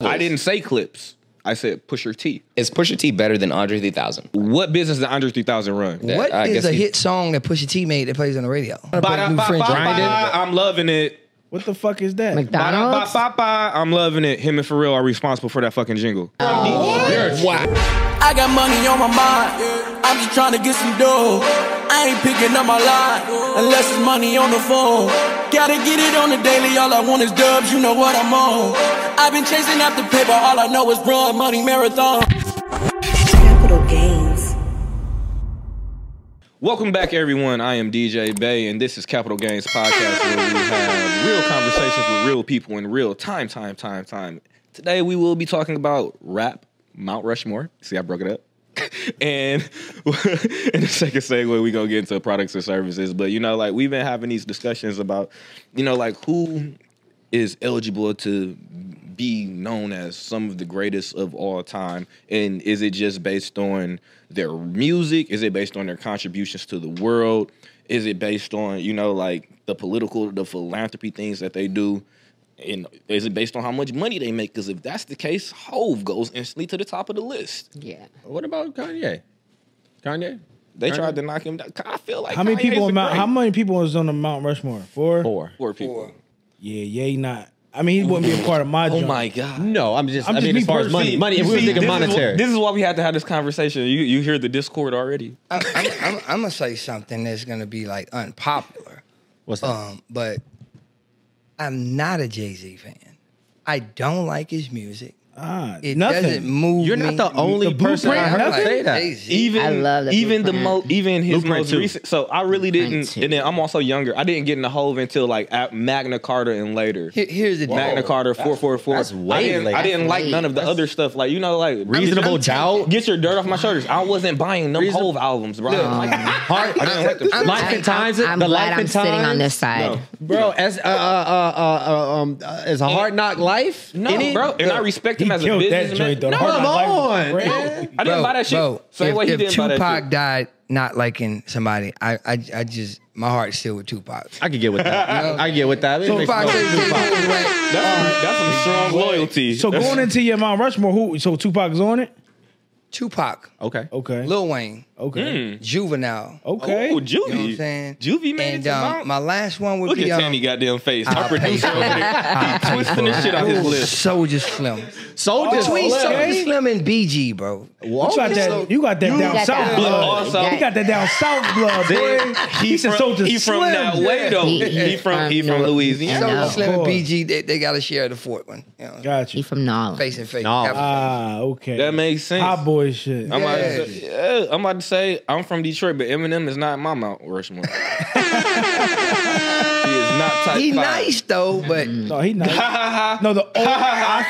I didn't say clips. I said Pusher T. Is Pusha T better than Andre 3000? What business did Andre 3000 run? Yeah, What I is guess a he- hit song that Pusha T made that plays on the radio? Ba-da-ba-ba-ba, I'm loving it. What the fuck is that? McDonald's. Ba-da-ba-ba-ba, I'm loving it. Him and Pharrell are responsible for that fucking jingle. I got money on my mind. I'm just trying to get some dough. I ain't picking up my line unless it's money on the phone. Gotta get it on the daily. All I want is dubs. You know what I'm on. I've been chasing after paper. All I know is run money marathon. Capital gains. Welcome back, everyone. I am DJ Bay, and this is Capital Gains Podcast, where we have real conversations with real people in real time, time, time, time. Today, we will be talking about rap, Mount Rushmore. See, I broke it up. and in the second segue, we're going to get into products and services. But, you know, like, we've been having these discussions about, you know, like, who is eligible to be known as some of the greatest of all time? And is it just based on their music? Is it based on their contributions to the world? Is it based on, you know, like the political, the philanthropy things that they do? And is it based on how much money they make? Because if that's the case, Hove goes instantly to the top of the list. Yeah. What about Kanye? Kanye? They tried to knock him down. I feel like How many Kanye's people the on Mount? great. How many people was on the Mount Rushmore? Four. Four. Poor people. Yeah, yay, not. I mean, he wouldn't be a part of my. Oh jump. my god. No, I'm just, I'm I just mean, me as far as money, personally. money, if You we were see, thinking this is wh- monetary. this is why we had to have this conversation. You you hear the Discord already. I, I'm, I'm, I'm gonna say something that's gonna be like unpopular, What's Uh, that? um, but I'm not a Jay Z fan. I don't like his music. Ah, It nothing. doesn't move. You're not me. the only person I heard Like, say that. Jay-Z. Even I love the even the mo Blueprint. even his Blueprint most too. recent. So I really didn't. Blueprint too. And then I'm also younger. I didn't get in the hove until like at Magna Carta and later. Here- here's the deal. Magna Carta four four four. that's way I didn't, later. I didn't That's like late. none of the other stuff. Like you know, like Reasonable I'm just- I'm doubt? taking- Get your dirt off my shoulders. I wasn't buying them Reason- hove albums, bro. Like, Hard- I didn't like the. Life I- and Times. I'm, I'm the glad Life I'm and sitting on Times? this side. No. Bro, as uh, uh, uh, uh, um, uh, is a hard knock life? in No, it? bro, and I respect him as a killed that businessman. joint, though. No, Hard Come knock life was on, crazy. man. I didn't buy that shit. Bro, Same if, way he if didn't buy Tupac that shit. died not liking somebody, I, I, I just my heart's still with Tupac. I could get with that. I could get with that. It makes Tupac no- said Jay-Z was whack. That's, some, that's some strong loyalty. So That's- going into your Mount Rushmore, who? So Tupac's on it. Tupac, Okay. Okay. Lil Wayne, Okay. Juvenile. Okay. Hmm. Oh, You know what I'm Juvie. saying? Juvie made and, it to um, Mount- My last one would Look be at um, Tanny goddamn face. Our I'll pay producer for Oh, over it. there. He twisting the shit out his lips. Soldier Slim. Soldier Between Slim. Soldier Slim and BG, bro. You got that. You got that down got south that blood. blood. Also- You got that down south blood, boy. He He's a from, soldier. he from Slim. that way though. He- He, he from he from from Nor- Louisiana. Soldier no. Slim Of and course. BG, they, they got to share the fort one. You know, Got He you. from Nolans. face and face. No. Have- Ah, okay. That makes sense. hot boy shit. I'm, about Yeah. to say, yeah, I'm about to say I'm from Detroit, but Eminem is not in my Mount Rushmore. he is not type he five. nice though, but No, he not. no, the old. I,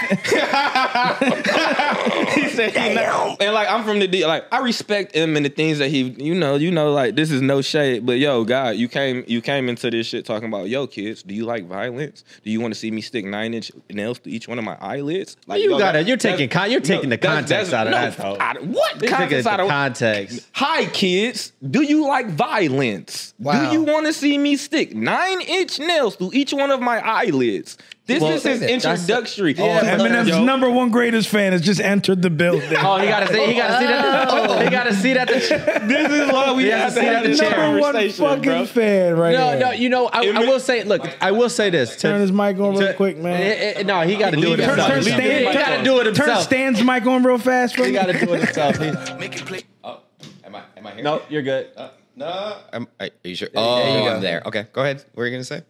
he said he not- and like I'm from the D. Like I respect him and the things that he, you know, you know, like this is no shade, but yo, God, you came, you came into this shit talking about, yo, kids, do you like violence? Do you want to see me stick nine inch nails to each one of my eyelids? Like You yo, gotta- that- you're taking that's- con- you're taking the that's- context that's- out of that, though. out of- what They take it context out to of? context. Hi, kids. Do you like violence? Wow. Do you want to see me stick nine inch nails through each one of my eyelids? This Well, is his that's- introductory. oh, Eminem's Yo. number one greatest fan has just entered the building. Oh, he gotta see. He gotta see that. He gotta see that. The, This is Oh, why we Yeah, have to see, have this that's number one conversation, fucking bro. fan right no, here. no. You know, I, I will say. Look, I will say this. to- Turn his mic on real to- quick, man. eh, eh, no, he gotta do it Leave it. himself. Turn- turn he Stan- gotta turn- do it Turn himself. Stan's mic on real fast for He me. gotta do it himself. He- Make it click. Am I here? No, you're good. No. Am, are you sure? Oh, I'm there. Okay, go ahead. What are you going to say?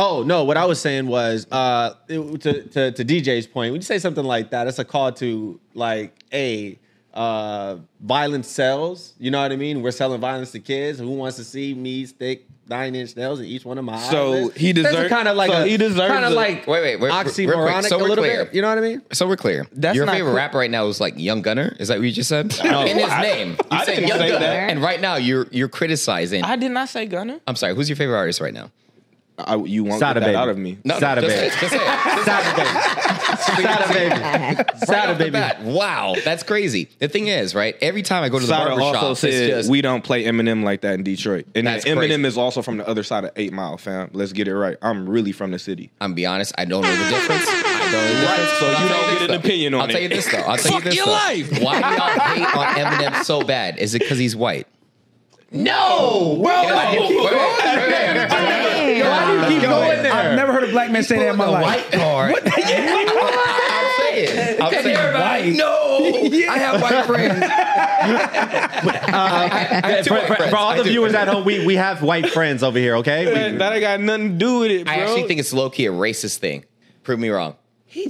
Oh no! What I was saying was uh, it- to, to to DJ's point. When you say something like that, it's a call to like, a uh, violence sells. You know what I mean? We're selling violence to kids. Who wants to see me stick nine inch nails in each one of my? So, he deserve- kind of like so a, he deserves kind of a- like Wait, wait, we're- we're- real quick, oxymoronic so a we're little clear. bit. You know what I mean? So we're clear. That's Your not favorite clear. rapper right now is like Young Gunner. Is that what you just said? In his name. You I said didn't Young say Gunner, that. And right now, you're you're criticizing. I I, did not say Gunner. am sorry. Who's your favorite artist right now? I, you won't Sada get that baby. out of me. No, Sada no, just, Baby. say- just say it. Sada baby, Sada baby, Sada Off the baby. bat. Wow, that's crazy. The thing is, right? Every time I go to the Sada barber also shop, said it's just we don't play Eminem like that in Detroit, and then That's Eminem crazy. is also from the other side of Eight Mile, fam. Let's get it right. I'm really from the city. I'm gonna be honest, I don't know the difference. I though. is Right, this- so but you I'll tell don't this, get an though. opinion on I'll tell it. you this though. I'll tell Fuck you this your though. life. Why do y'all hate on Eminem so bad? Is it because he's white? No, bro. Why do you keep going there? I've never heard a black man say that in my the life. white card. What the I'm saying. I'm saying. No, I have white friends. I- I- For, for- for all I the do viewers friends. at home, we, we have white friends over here, okay? We- That ain't got nothing to do with it, bro. I actually think it's low key a racist thing. Prove me wrong. I'm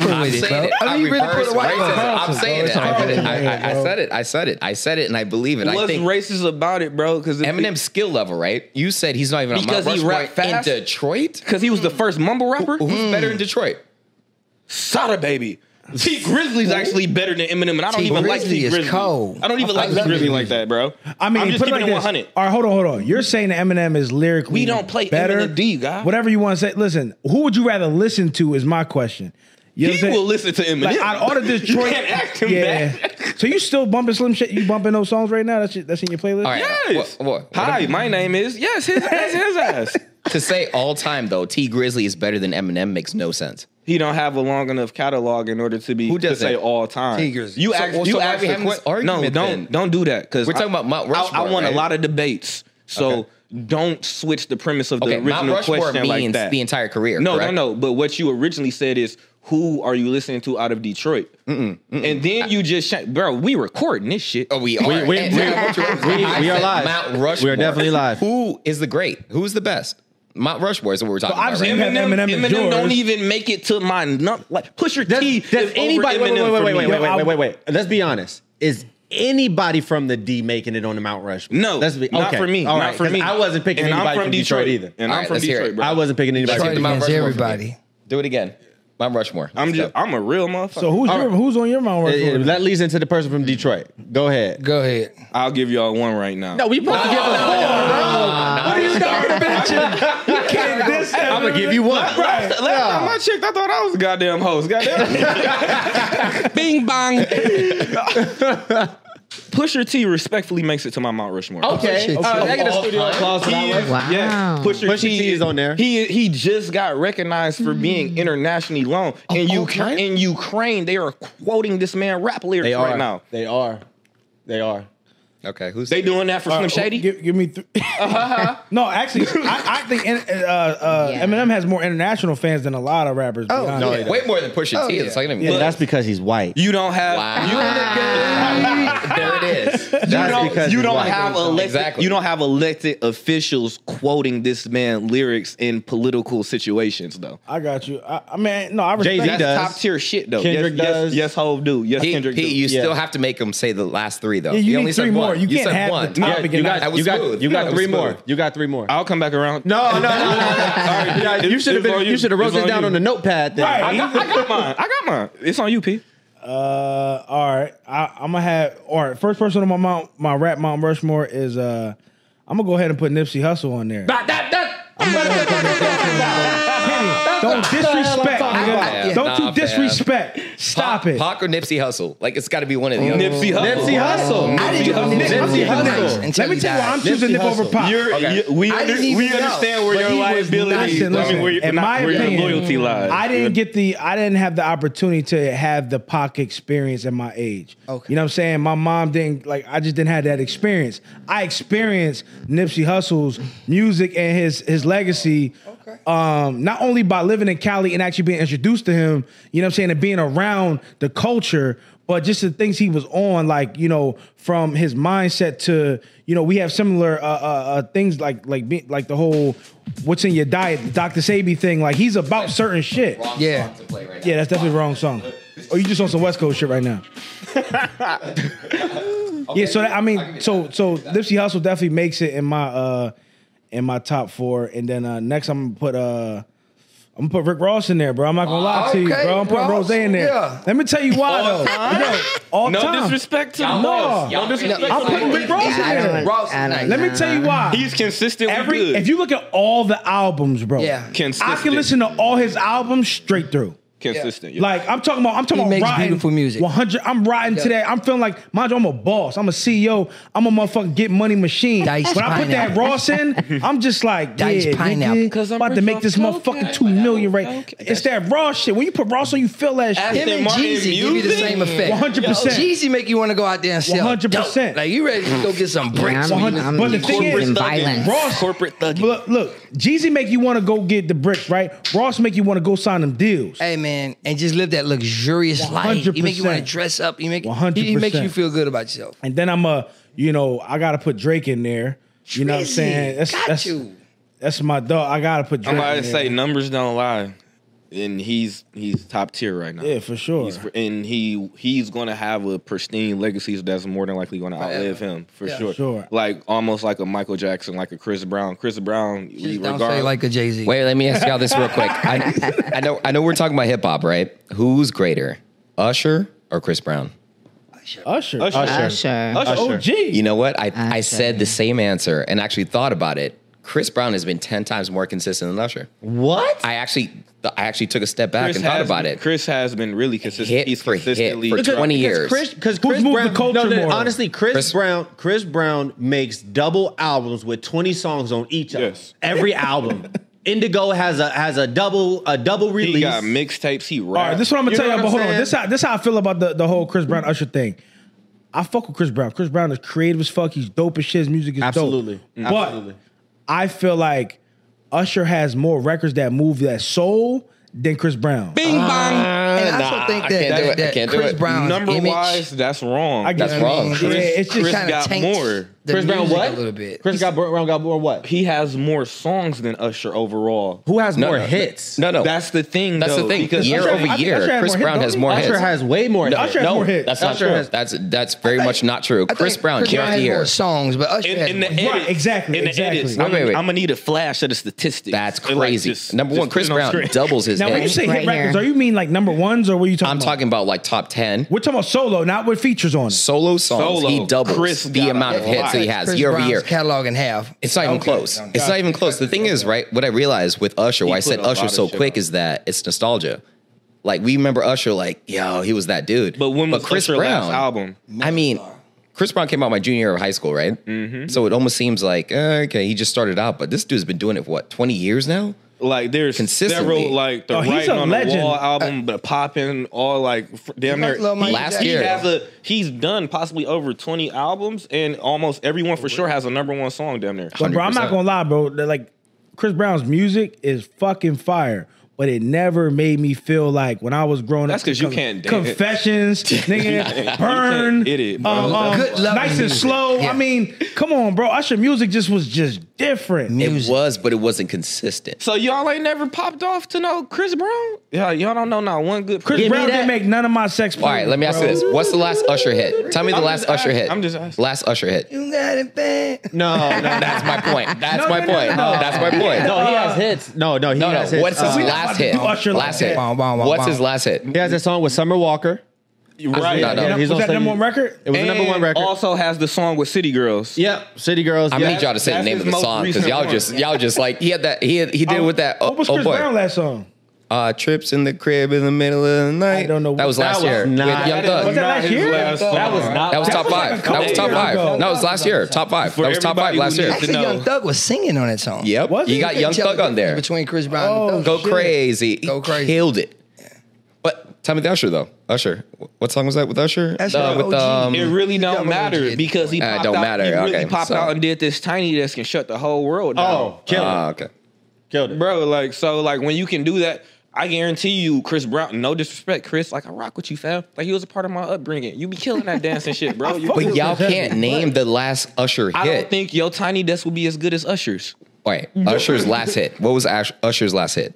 I'm saying it. I I mean, you really put reverse a white racism. man. I'm saying it. I put it. I, I- I said it. I said it. I said it, and I believe it. I what's think racist about it, bro? Because Eminem's skill level, right? You said he's not even Because on Mount he Rushmore rap fast? in Detroit. because he was the first mumble rapper. Who's better in Detroit? Sada baby. T Grizzly's actually better than Eminem, and I don't T. even like Grizzly T is Grizzly. cold. I don't even like T love Grizzly T. like that, bro. I mean, I'm just put it keeping like it this. 100. All right, hold on, hold on. You're saying that Eminem is lyrically We don't play better, Eminem D, guy. Whatever you want to say. Listen, who would you rather listen to? Is my question. You know what He I'm will saying? listen to Eminem. Like out of all the You Detroit, can't act him so you still bumping Slim shit? You bumping those songs right now? That's your, that's in your playlist. All right. Yes. What- what- Hi, my name is yes. His ass, his ass. To say all time though, T Grizzly is better than Eminem makes no sense. He don't have a long enough catalog in order to be Who to does say it? all time. Tigers. You So- ask. well, you so why ask we the having this que- No, argument don't then? don't do that because We're talking about Mount I, Rushmore, want right? a lot of debates, so Okay. don't switch the premise of the Okay, Mount original Rushmore question like means that. the entire career, No, correct? no, no. But what you originally said is who are you listening to out of Detroit? And then you just, sh- bro, we recording this shit. Oh, we are. we- we- And- we- I we are said live. Mount We are Rushmore. definitely live. Who is the great? Who's the best? Mount Rushmore is what we're talking Well, about. obviously Right? you have Eminem, Eminem Eminem is yours. don't even make it to my num- like Pusher T. Does, does is anybody? over Eminem Wait, wait, wait, for wait, wait, me. wait, wait, wait, wait, wait. Let's be honest. Is anybody from the D making it on the Mount Rushmore? No, Let's be not okay. for me. All right, not for 'cause me. I wasn't picking and anybody I'm from from Detroit either. And All I'm right, from let's hear Detroit, it. bro. I wasn't picking anybody. Let's from hear the D. Mount Against Rushmore. for me. everybody. Do it again. Mount Rushmore. I'm Let's just, go. I'm a real motherfucker. So who's your who's on your Mount Uh, yeah, Rushmore? That leads into the person from Detroit. Go ahead. Go ahead. I'll give y'all one right now. we both give us what are you talking about? You can't this. I'm gonna give you one. Right. Last time I checked, I thought I was a goddamn host. Goddamn. Bing bong. Pusher T respectfully makes it to my Mount Rushmore. Okay. Pusha All T. right, I get a studio applause for that one. Wow. Oh. Yeah, Pusher, Pusha T is on there. He he just got recognized for Hmm. being internationally known in all Ukraine. time? In Ukraine, they are quoting this man rap lyrics They are. right now. They are. They are. Okay. Who's They doing that for Uh, oh, Slim Shady. Give, give me. Th- no, actually, I, I think uh, uh, Yeah. Eminem has more international fans than a lot of rappers. Oh, no, Oh, no, he Way more than Pusha T. It's not gonna be. Yeah, that's because he's white. you don't have. Wow. You there it is. That's You don't, because you he's don't white. have elected. Exactly. You don't have elected officials quoting this man lyrics in political situations, though. I got you. I, I mean, no, I respect. Jay-Z That's that. does. top tier shit, though. Kendrick yes, does. Yes, yes, Hov do. Yes, Pete, Kendrick Pete, do. you still Yeah. have to make him say the last three though. Yeah, you he need only three said more. one. You can't said have one. the Yeah, topic you and got, not- that was You got, smooth. you got That was three more. smooth. You got three more. I'll come back around. No, no, no, no. no. Yeah, you should have it's on been. You should have wrote It's this down you. on the notepad. Then. Right. I got, I got mine. I got mine. It's on you, P. Uh, all right. I, I'm gonna have all right. First person on my mount, my rap Mount Rushmore is uh, I'm gonna go ahead and put Nipsey Hussle on there. I'm gonna put Nipsey Hussle on there. Kenny, don't disrespect. about. nigga. Don't Nah, you disrespect. Stop Pac, it. Pac or Nipsey Hustle? Like it's got to be one of the other. Nipsey Hussle. Nipsey Hussle. I didn't know Nipsey Nipsey Hussle. Hussle. Until Let me he tell you why died. I'm choosing Nip Nipsey over Hussle. Pop. You're, Okay. you- we I under, didn't even we know, understand where but your he was liability, Listen, I listen. mean, where, your- in my where opinion, your loyalty lies. I didn't get the I didn't have the opportunity to have the Pac experience at my age. Okay. You know what I'm saying? My mom didn't like I just didn't have that experience. I experienced Nipsey Hussle's music and his his legacy. Okay. Um, not only by living in Cali and actually being introduced to him, you know what I'm saying, and being around the culture, but just the things he was on, like, you know, from his mindset to, you know, we have similar uh, uh, uh, things like like be, like the whole what's in your diet, Dr. Sabi thing. Like he's about certain shit. Yeah. Yeah, that's definitely the wrong song. Or you just on some West Coast shit right now. yeah, so that, I mean, so so Nipsey Hussle definitely makes it in my uh in my top four, and then uh next I'm gonna put uh. I'm gonna put Rick Ross in there, bro. I'm not gonna lie to you, Okay, bro. I'm putting Ross, Rose in there. yeah. Let me tell you why though. Yo, all no time. disrespect to No. Ross. No Y'all disrespect really- to I'm putting Rick Ross in I there. don't, I don't Let me tell you why. He's consistent Every with good. if you look at all the albums, bro. Yeah. Consistent. I can listen to all his albums straight through. consistent. yeah. Like I'm talking about, I'm He talking about makes rotten, beautiful music. 100. I'm riding Yeah. today. I'm feeling like, mind you, I'm a boss. I'm a CEO. I'm a motherfucking get money machine. Diced when I put that pineapple. Ross in, I'm just like, Diced yeah, pineapple. nigga, 'Cause I'm about to rich make off this cocaine, motherfucking but two I million right. don't- okay. It's that Ross shit. When you put Ross on, you feel that Aston shit. Him and Martin Jeezy give you the music? same effect. 100%. Jeezy make you want to go out there and sell. 100%. dope. Like you ready to go get some bricks? I'm- 100 but the thing corporate is- and thugging. violence. Ross- corporate thugging. Look, look, Jeezy make you want to go get the bricks, right? Ross make you want to go sign them deals. Hey man, and just live that luxurious life. He make you want to 100%. dress up. He make he, he 100%. makes you feel good about yourself. And then I'm a, you know, I gotta put Drake in there. You know what I'm Drizzy, saying? That's got that's you. that's my dog. I gotta put Drake. I'm about to in there. say numbers don't lie, and he's he's top tier right now. Yeah, for sure. He's, and he he's gonna have a pristine legacy that's more than likely gonna outlive him for sure. Sure. Like almost like a Michael Jackson, like a Chris Brown. Chris Brown, Just don't say regardless, like a Jay Z. Wait, let me ask y'all this real quick. I, I know, I know, we're talking about hip hop, right? Who's greater, Usher or Chris Brown? Usher. Usher. Usher. Usher. OG. You know what? I, I Usher. said the same answer and actually thought about it. Chris Brown has been ten times more consistent than Usher. What? I actually, I actually took a step back Chris and thought has about been- it. Chris has been really consistent. Hit he's for hit consistently for 20 because years. Chris, because Who's Chris moved Brown, the culture no, no, more? honestly, Chris, Chris- Brown, Chris Brown makes double albums with twenty songs on each of Yes. them. every album. Indigo has a has a double a double release. He got mixtapes. He rap. All right, this is what I'm You gonna tell know y'all. what But I'm hold on, saying? this how this how I feel about the, the whole Chris Brown Usher thing. I fuck with Chris Brown. Chris Brown is creative as fuck. He's dope as shit. His music is Absolutely. dope. Mm. Absolutely. But I feel like Usher has more records that move that soul than Chris Brown. Bing bang. and I Ah, nah, also think I can't do that, it. I that, that can't do Chris it. Brown's Number image, wise, that's wrong. I get That's what I wrong. mean. Yeah, Chris- it's just Chris kind of got more. The Chris Brown music what? a little bit. Chris got Brown got more what? He has more songs than Usher overall. Who has No, more no, hits? No, no, That's the thing. That's though, the thing. Because year Usher- over I think Usher year, had Chris more hit, Brown don't has he? more Usher hits. has way more. hits. Usher has more hits. That's not Usher true. has- that's that's very much not true. I Chris think Brown Chris year Brown after had year. more songs, but Usher In, had in more. the edits, exactly, In the exactly. edits, Wait, I'm, wait, wait. I'm gonna need a flash of the statistics. That's Like, crazy. just- Number one, just Chris put it on Brown screen. doubles his Now, when you hit. say Right hit records, here. are you mean like number ones or what are you talking I'm about? talking about like top ten We're talking about solo, not with features on it. solo songs. Solo. He doubles Chris the got amount a of hits that he lot. has Chris year Brown's over year. catalog in half. It's not even Okay, close. okay. It's not even close. The thing is, right? What I realized with Usher, why I put said a lot Usher of so shit quick, out. is that it's nostalgia. Like we remember Usher, like yo, he was that dude. But when was Chris Usher last album? I mean, Chris Brown came out my junior year of high school, right? Mm-hmm. So it almost seems like eh, okay, he just started out, but this dude's been doing it for what twenty years now. Like there's Consistently. several like the Oh, he's writing a on legend. the wall album, but popping all like f- damn He's near like Lil Mike Last He year. has a he's done possibly over 20 albums, and almost everyone for sure has a number one song damn near. But bro, I'm not 100%. gonna lie, bro. that, Like Chris Brown's music is fucking fire. But it never made me feel like when I was growing That's up. 'cause you can't dance. Confessions, nigga, burn, can't- it is, bro. um, um, Good love nice and music. slow. Yeah. I mean, come on, bro. Usher music just was just different. It Music. was, but it wasn't consistent. So y'all ain't never popped off to know Chris Brown? Yeah, y'all don't know not one good Chris Brown. Brown didn't make none of my sex. All right, let me ask you this: What's the last Usher hit? Tell me the I'm last just Usher ask- hit. I'm just asking. last Usher hit. You got it bad. no, no, That's my point. That's No, my no, no, point. no. That's my point. no. He Uh, has hits. No, no, he No, has no. hits. What's his Uh, last to hit? do Usher like Last that. hit. Wow, wow, wow, What's wow. his last hit? He has a song with Summer Walker. Right. No, no. Yeah, he's was on that number same- one record? It was the number one And record. Also has the song with City Girls. Yep, City Girls. I yeah. need y'all to say the That's name his of the most song because recent y'all one. just y'all just like he had that he had, he did with that. Oh, What was oh Chris boy, Brown last song? uh, trips in the crib in the middle of the night. I don't know That what- was That last was year not- with Young That is Thug. Was that not last his year? last song. That was not. That was That top was like a five. That couple was top years ago. five. No, it was last year. Top five. For That was top five everybody last who year. needs Actually, No. Young Thug was singing on that song. Yep. Was you it? got Young Tell Thug the on there. difference Between Chris Brown Oh, and Thug. Go shit. crazy. He Go crazy. Killed it. But tell me the Usher though. Usher. What song was that with Usher? Usher, Uh, with OG. um, It really Double don't O matter G. because he Uh, popped don't out. matter. He really Okay, popped so- out and did this tiny desk and shut the whole world down. Oh, killer. uh, ah, okay. killed it. bro. Like so, like when you can do that, I guarantee you, Chris Brown. No disrespect, Chris. Like I rock with you, fam. Like he was a part of my upbringing. You be killing that dancing shit, bro. You- fuck But with y'all Chris can't Brown. name the last Usher hit. I don't think your tiny desk will be as good as Usher's. All right, Usher's last hit. What was Ash- Usher's last hit?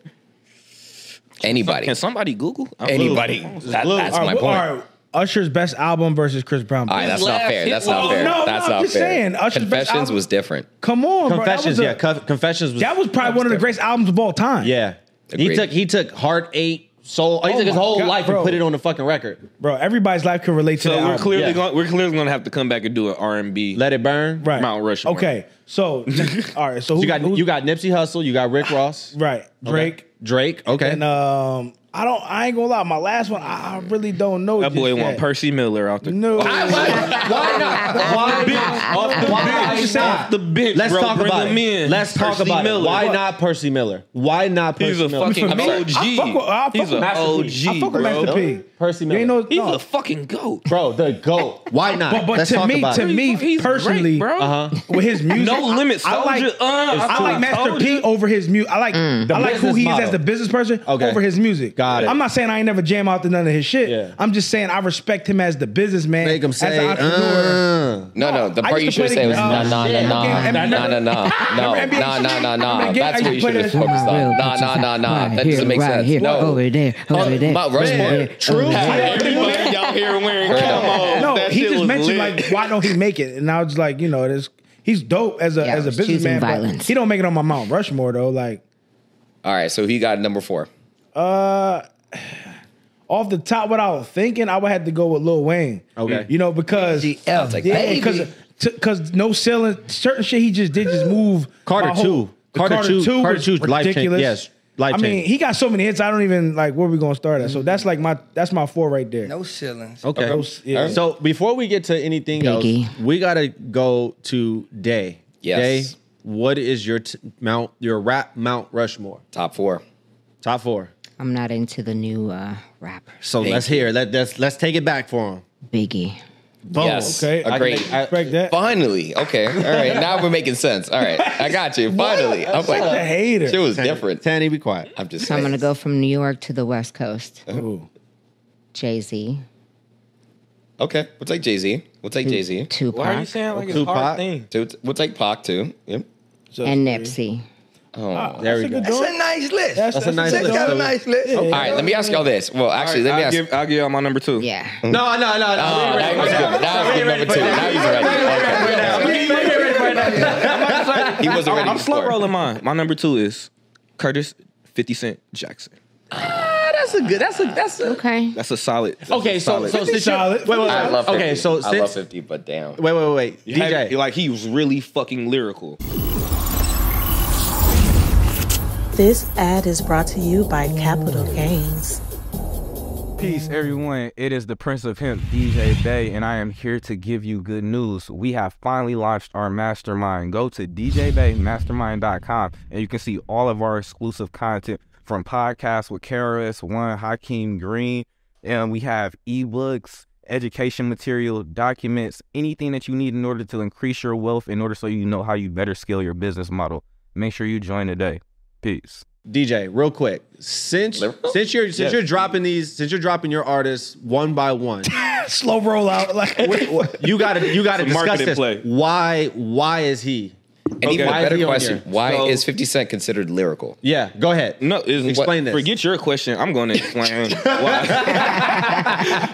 Anybody? Can somebody Google I'm Anybody? Google. That- that's All my right, point. well, uh, all right, Usher's best album versus Chris Brown. All right, that's not Last fair. hit That's not was- fair. No, no, that's I'm not just fair. saying, Usher's best Confessions album- was different. Come on, Confessions. bro. yeah, That was, a- Conf- Confessions was. that was probably one of the greatest albums of all time. Yeah, he Agreed. took he took heart eight soul. He Oh took his my whole God, life bro. and put it on the fucking record. bro. Everybody's life can relate to that. So we're album. clearly Yeah. going. We're clearly going to have to come back and do an R and B. Let it burn. right. Mount Rushmore. Okay, so all right, so who, You got who- you got Nipsey Hussle. You got Rick Ross. right Drake Drake. Okay. and um I don't. I ain't gonna lie. My last one, I, I really don't know. That just boy want yet. Percy Miller out there. No, Why not? Why not? Why bench. not? Off the bench, Let's bro. talk Bring about him it. in. Let's talk Percy about it. Miller. Why What? not Percy Miller? Why not Percy He's a Miller? fucking For me, OG. I fuck with- I fuck He's with an Master OG, P. I fuck with bro. Master P. Percy You ain't Miller. no- He's no. a fucking goat. Bro, the goat. Why not? But, but Let's to talk me, about to it. me He's great, personally, bro. Uh-huh. with his music, No I- limit, I, like, soldier. Uh, I I like told Master you. P over his music. I like I like who Mm. business he model. is as the business person Okay. over his music. Got it. I'm not saying I ain't never jam out to none of his shit. Yeah. I'm just saying I respect him as the businessman, Make him as say, an entrepreneur. uh. No, no. The I part you used to should have play said the- was nah, oh, nah, nah, shit. nah, Okay, nah, and- nah, nah, nah, no, Remember NBA nah, nah, nah, nah. Remember That's NBA what you should have players? focused on. Real Nah, nah, nah, nah. right That here, doesn't make right sense. Here, No. Over there, over Oh, there. Mount over Rushmore. there, True. over there. Everybody out here wearing camos. No, That he shit just was mentioned lit. like why don't he make it? And I was like, you know, this he's dope as a Yeah, as a he's choosing businessman. But violence. he don't make it on my Mount Rushmore though. Like All right, so he got number four. off the top without thinking, I would have to go with Lil Wayne. Okay. You know, because GL, yeah, baby. because because no selling certain shit he just did just move. Carter my whole- two. the Carter two- Carter was two, life change- ridiculous. yes, life I mean, change. he got so many hits. I don't even like where we gonna start at. So that's like my that's my four right there. No ceilings. Okay. Those- yeah. So before we get to anything else, Biggie. we gotta go to Day. Yes. Day, what is your t- mount? Your rap Mount Rushmore Top four. top four. I'm not into the new uh, rappers. So Thank let's you. hear. Let, let's let's take it back for him. Biggie. Yes. Oh, okay. I Agreed. I- Respect that. Finally. Okay. All right. Now we're making sense. All right. I got you. Finally. I'm like, a hater. Shit was different. Tanny, be quiet. I'm just So I'm saying. gonna go from New York to the West Coast. Ooh. Jay Z, Okay. We'll take Jay Z. We'll take Jay Hmm. Z. Why are you Tupac, saying like it's a Tupac. hard thing? We'll take Pac too. Yep. So- and Nipsey. There we That's a go. good That's joint. a nice list. That's- That's a nice That's list. got a So- nice list. All right. Let me ask y'all this. Well, actually, let me I'll ask. give, I'll give y'all my number two. Yeah. No, no, Oh, no, no. now he was good. Now he's good number two. Now he's ready. Okay. He wasn't ready. I'm slow before. rolling mine. My number two is Curtis 50 Cent Jackson. that's a good. That's a that's a. Okay. That's a solid. that's Okay, a so solid. so since you're- solid. wait, wait, wait. I love 50. okay, so I love since 50, but damn. wait, wait, wait, wait. Had- DJ, like he was really fucking lyrical. This ad is brought to you by Capital Gains. Peace, everyone. It is the Prince of Hemp, DJ Bay, and I am here to give you good news. We have finally launched our mastermind. Go to djbaymastermind.com and you can see all of our exclusive content from podcasts with KRS One, Hakeem Green, and we have ebooks, education material, documents, anything that you need in order to increase your wealth, in order so you know how you better scale your business model. Make sure you join today. Peace. DJ, real quick. Since Liberal? since you're since you're dropping these, since you're dropping your artists one by one, Slow rollout. Like you gotta you gotta It's a discuss marketing this. play. Why why is he? And even a Okay. Why is he better on question: here? Why So- is Fifty Cent considered lyrical? Yeah, go ahead. No, is Explain what, this. Forget your question. I'm going to explain why.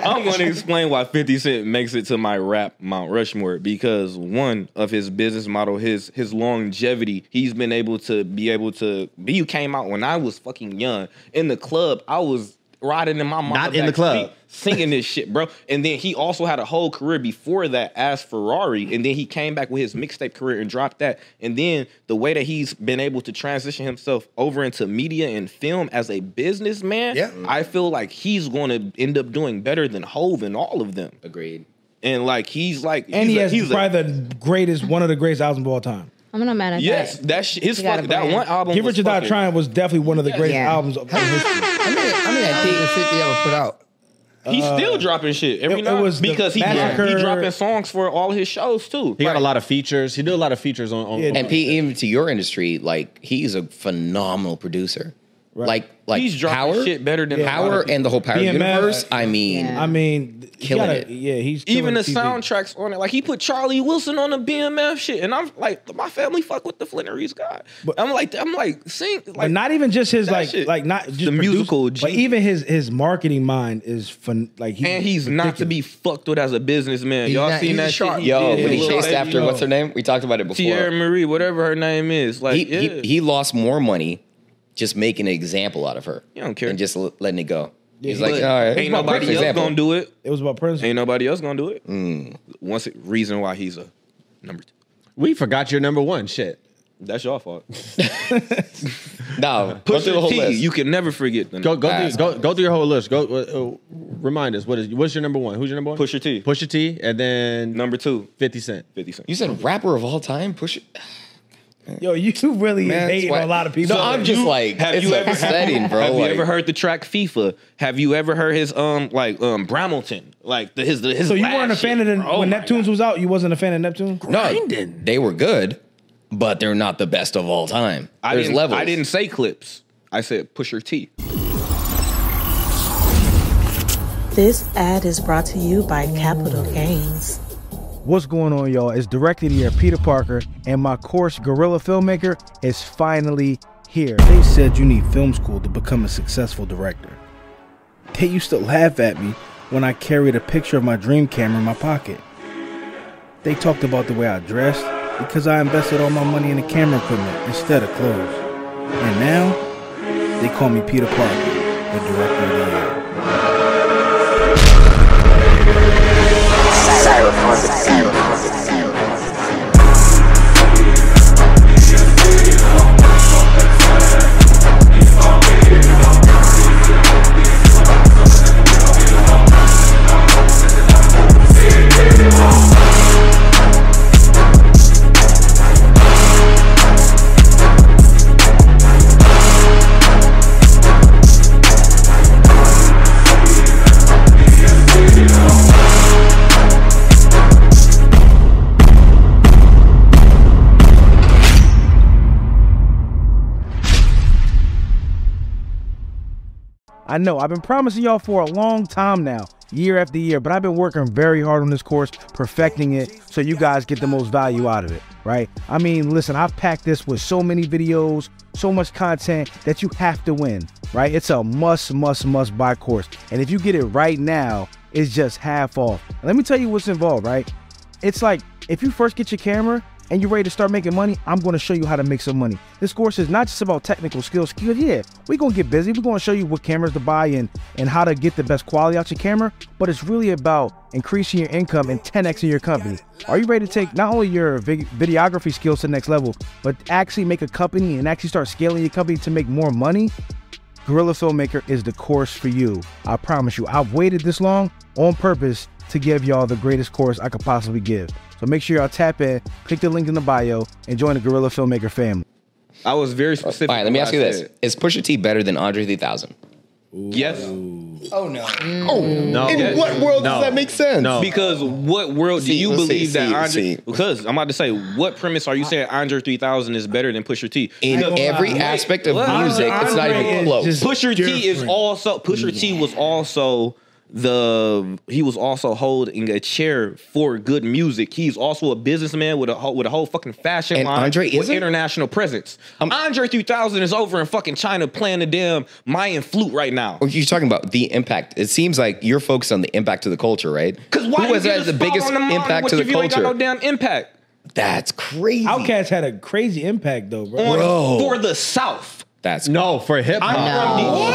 I'm going to explain why 50 Cent makes it to my rap Mount Rushmore because one of his business model, his his longevity, he's been able to be able to. B came out when I was fucking young in the club. I was riding in my mama Not in the back club. seat singing this shit, bro. And then he also had a whole career before that as Ferrari, and then he came back with his mixtape career and dropped that. And then the way that he's been able to transition himself over into media and film as a businessman, Yeah. I feel like he's going to end up doing better than Hove and all of them. Agreed. And like he's like, he's and he a- has he's a- probably the greatest, one of the greatest albums of all time. I'm not mad at yes, that. that shit, his He got a fucking that brand. one album. Give was Rich or Die fucking- Trying was definitely one of the greatest Yeah. albums of all history. I mean, I mean, that biggest 50 ever put out. He's still dropping shit every uh, it night was the because he, he Massacre- dropping songs for all his shows too. He got a Like, lot of features. He did a lot of features on. on, Yeah, on- And Pete, even to your industry, like he's a phenomenal producer. Like like He's dropping power, shit better than a lot of power people. and the whole power BMF. universe. I mean, Yeah. I mean, th- he Killing got it. a, yeah, he's even killing the TV. soundtracks on it. Like he put Charlie Wilson on the BMF shit, and I'm like, my family fuck with the Flannery's guy. But I'm like, I'm like, sing like But not even just his That like, shit- like not just the produce- musical but genius. even his his marketing mind is fun. Like, he, And he's not to be fucked with as a businessman. He's Y'all not- seen he's that sharp. shit? he yo, did? when he Little chased baby, after yo. what's her name? We talked about it Tierra before. Marie, whatever her name is. Like, He, yeah. he he lost more money just making an example out of her. He don't care. and just l- letting it go. He's But like, all right, ain't my nobody perfect else example. Mm. gonna do it. It was about Prince. Ain't nobody else gonna do it. Once it, reason why he's a number two. we forgot your number one shit. That's your fault. No, go through the Pusha whole T, list. you can never forget the Go go Ah. through, go go through your whole list. Go uh, uh, remind us what is what's your number one? Who's your number one? Pusha T. Pusha T, and then Number two, Fifty Cent. 50 Cent. You said rapper of all time? Push it. Yo, you really Man, that's hate why- on a lot of people. No, I'm just like, have it's you ever- upsetting, bro. Have like, you ever heard the track FIFA? Have you ever heard his um like um Bramilton? Like the, his the, his so you last weren't a shit, fan of the, bro. when Oh My Neptunes was out. You wasn't a fan of Neptune. No, they were good, but they're not the best of all time. I There's didn't, levels. I didn't say clips. I said Pusher T. This ad is brought to you by Capital Gains. What's going on, y'all? It's directed here, Peter Parker, and my course, Guerrilla Filmmaker, is finally here. They said you need film school to become a successful director. They used to laugh at me when I carried a picture of my dream camera in my pocket. They talked about the way I dressed because I invested all my money in the camera equipment instead of clothes. And now, they call me Peter Parker, the director of the year. I know I've been promising y'all for a long time now, year after year, but I've been working very hard on this course, perfecting it so you guys get the most value out of it, right? I mean, listen, I've packed this with so many videos, so much content that you have to win, right? It's a must, must, must buy course. And if you get it right now, it's just half off. And let me tell you what's involved, right? It's like if you first get your camera and you're ready to start making money, I'm going to show you how to make some money. This course is not just about technical skills. Skills, yeah, we're going to get busy. We're going to show you what cameras to buy and and how to get the best quality out your camera. But it's really about increasing your income and 10xing your company. Are you ready to take not only your vi- videography skills to the next level, but actually make a company and actually start scaling your company to make more money? Guerrilla Filmmaker is the course for you. I promise you, I've waited this long on purpose to give y'all the greatest course I could possibly give. So make sure y'all tap in, click the link in the bio, and join the Guerrilla Filmmaker family. I was very All specific. right, let me when ask I you this: said Is Pusha T better than Andre 3000? Yes, Oh, No, What world No. does that make sense? No. because what world do See, you let's see, believe that see, Andre? see. Because I'm about to say, what premise are you saying Andre 3000 is better than Pusher T? In Because- every Wait, aspect of what? music, it's not Andre even is close. just- Pusher T is different. also Pusher T was also the he was also holding a chair for good music. He's also a businessman with a whole, with a whole fucking fashion And line Andre with isn't? international presence. Um, Andre 3000 is over in fucking China playing the damn Mayan flute right now. What are you talking about? The impact. It seems like you're focused on the impact to the culture, right? Because why Who was that has had the biggest impact to the if You ain't culture? got no damn impact That's crazy. Outcast had a crazy impact though, bro. on Bro. for the South. That's no for hip hop.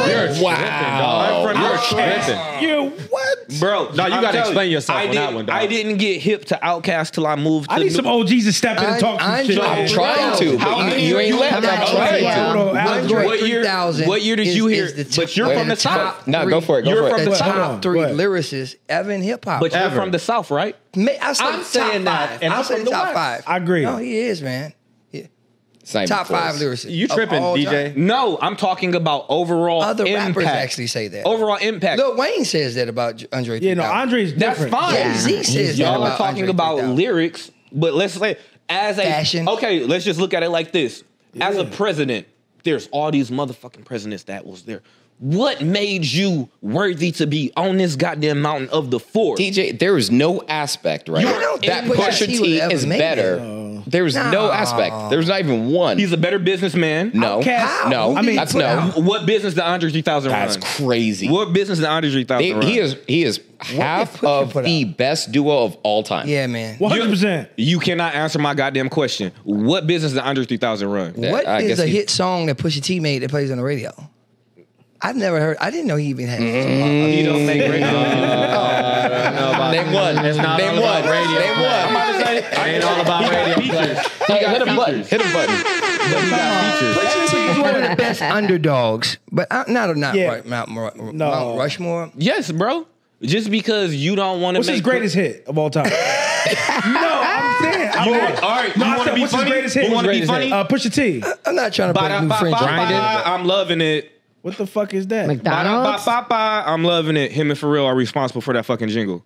You're Wow. tripping, dog. I'm You're from tripping. You what? Bro, No, you gotta telling explain yourself I on that didn't- one, dog. I didn't get hip to Outcast till I moved. To I need New- some OGs to step in and talk some shit. I'm man. trying to, How but many you, you ain't you letting. I'm have? trying Right. to. Hold on, Alex, Andre wait. what year- 3000 what year did is- you is hear- the top- but you're from the top South. No, three- go for it. Go You're for from it. The But top hold on, three what? lyricists ever in hip hop. But you're Ever. from the South, right? Ma- I said I'm top saying that, five. and I I'm said from the top West. five. I agree. No, he is, man. Yeah. It's not even Top five close. lyricists. You of tripping, all DJ. time. No, I'm talking about overall Other impact. rappers actually say that. Overall impact. Lil Wayne says that about J- Andre. Yeah, no, 3000. Andre's That's different. fine. Yeah, Z says that Y'all are about talking Andre about 3000. lyrics, but let's say as a Fashion. Okay, let's just look at it like this. As a president, there's all these motherfucking presidents that was there. What made you worthy to be on this goddamn mountain of the four? DJ, there is no aspect, right? You don't that think Pusha Pusha T would T ever is make better. There was no No. aspect. There was not even one. He's a better businessman. no, Outcast. no, How? Who did that's he put no. out? What business did Andre 3000 That's run? crazy. What business did Andre 3000 They- run? he is he is half Pusha of put the out? best duo of all time. Yeah, man. One hundred percent. You cannot answer my goddamn question. What business did Andre 3000 run? What is I guess a he- hit song that Pusha T made that plays on the radio? I've never heard. I didn't know he even had. Mm-hmm. He don't make uh, radio. Name one. It's not Name all about one. radio. Name one. It ain't all about radio. he got hit a button. features. Hit a button. But he got features. He's one of the best underdogs, but I, not not Yeah. Ru- Mount, Mor- No. Mount Rushmore. Yes, bro. Just because you don't want to What's make his greatest hit of all time? no, I'm saying. I'm You saying- want- all right, you I wanna said, be what's funny? his greatest hit? You wanna be What's his greatest hit? funny? Uh, Pusha T. I'm not trying to break new French. Ba-da-ba-ba-ba, I'm loving it. What the fuck is that? McDonald's. Ba-da-ba-ba-ba, I'm loving it. Him and Pharrell are responsible for that fucking jingle.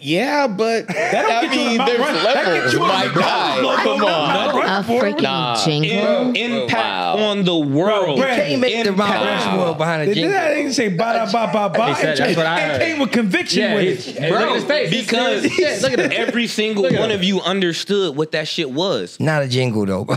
Yeah, but I get you mean, in Mount there's Rush- that levels, get you in my Mount guy. Come on. A freaking Nah. jingle. impact Wow. on the world. Bro, Brad, Can't make the Mount Impact. Rushmore behind They a did that. They jingle. didn't say ba da ba ba ba. He said, and that's what I and heard. came with conviction Yeah, with he- it. hey, look at his face. He's because serious as shit. Look at him. every single at one him. of you understood what that shit was. Not a jingle though. Nah,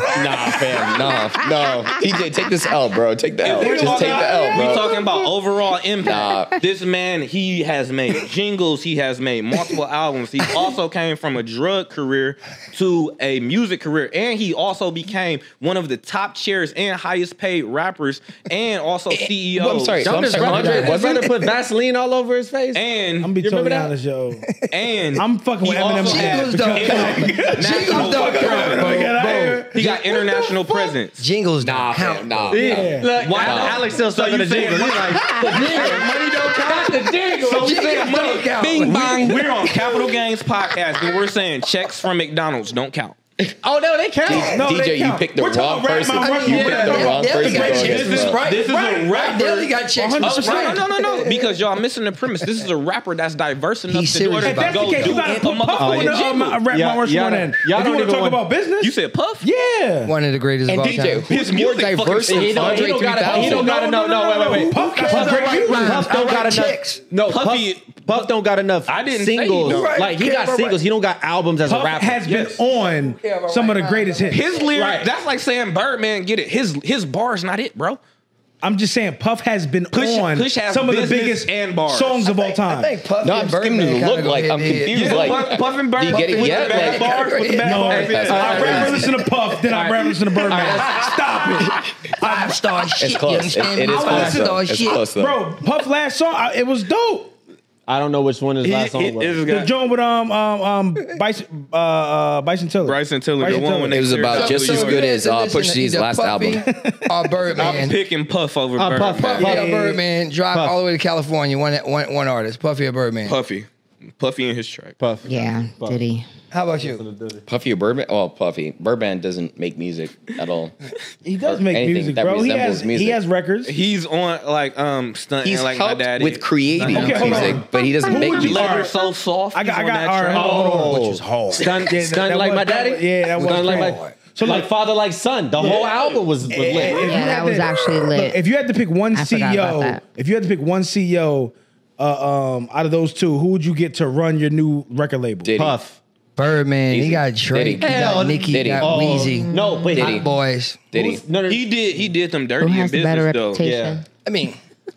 fam. Nah, no. TJ, take this L, bro. Take the L. Just take the L, We bro. talking about overall impact. This man, he has made jingles. He has made multiple albums. He also came from a drug career to a music career, and he also became one of the top chairs and highest paid rappers, and also E CEO. Eh, Well, I'm sorry. I'm sorry. Andre, Was wasn't to put Vaseline all over his face? And I'm gonna be remember totally that? honest, yo. and I'm fucking with he Eminem also had Jingles don't count. Jingles national- don't count. Bro, he got international presence. Jingles Nah, don't count. fam. Nah. Yeah. Look, Why- now Alex still So stuck in you the jingle. saying- He's like, money don't count. the jingle. So we Jingles saying money don't count. Bing bang. We're on Capital Gains podcast, and we're saying checks from McDonald's don't count. Oh no, they count. No, DJ, they you count. picked the We're wrong talking about person. Mount Rushmore. You picked the Yeah. wrong Yeah, person. we got bro. chicks. This is Bro. right. This is a I definitely rapper. got checks. Oh, Right. no, no, no, no, because y'all missing the premise. This is a rapper that's diverse enough He's to do serious it. Oh, If that's the case, you gotta put Puff on the um, I rap Yeah, my worst y'all one don't- in. If you y'all don't wanna even talk want- about business, You said Puff? yeah. One of the greatest And of all DJ, time. who's His more music fucking diverse than stinks. Andre He don't gotta. He don't 3000? gotta. No, no, wait, wait, wait. Puff got Puff the don't- right Puff rhymes. don't I got write enough. checks. No, Puffy- Puff, Puff don't got enough. I didn't say he singles. don't. Like he Right, got right. singles. He don't got albums as a Puff rapper. has been Yes. on Yeah, but some right of the now- greatest hits. His lyric, Right. that's like saying Birdman, get it. His his bar's not it, bro. I'm just saying, Puff has been Push- on Push has some of the business biggest and bars. songs of all I time. think Puff. No, I'm and giving you Birdman the kinda look go like head I'm to head. confused. Yeah, like- Puff, Puff and Birdman you get it with yet? the bad Like- bars, with the bad No, bars. that's- Yeah. all I'd right, rather that's- listen to Puff than I'd rather listen to Birdman. Stop it. Five star shit. It's close. You It, understand? it is I close. listen Though. Five It's shit. close though. Bro, Puff last song, I- it was dope. I don't know which one his last He- song he- was. this The guy- joint with um um um Bison uh, uh Bison Tiller. Bryson Tiller, the one when It they was cleared about out just New as York. good as, uh, listen Pusha to T's either last Puffy Or I'm Birdman. picking Puff over I'm Birdman. Puff. Puffy or Puffy. Birdman. Drive Puff. all the way to California. One, one, one artist. Puffy or Birdman. Puffy. Puffy in his track. Puff. Yeah, Diddy. How about you? Puffy or Birdman? Oh, Puffy. Birdman doesn't make music at all. He does make Anything music, that bro. He resembles has music. he has records. He's on like um stunt He's like my helped daddy with creating Okay, hold on. music, but he doesn't Who make would you- music. All Leather right. so soft. I got he's I on got that all right, track. hold on, hold on. Which is hard. Stun, stun Yeah, that- that like was- my that daddy. was- yeah, that was Stun like my. hard. So like father like son. The whole album was was If lit. you Yeah, that had was to- actually Look, lit. if you had to pick one I forgot about CEO, that. if you had to pick one CEO uh, um, out of those two, who would you get to run your new record label? Diddy. Puff. Birdman. He Diddy. got Drake. He Hell, got Nicki. He Diddy. got Oh, Weezy. No, wait. Diddy. Hot boys. Diddy. Who's- No, no, He did he did them Who dirty in has the better business though. reputation? Yeah. I mean,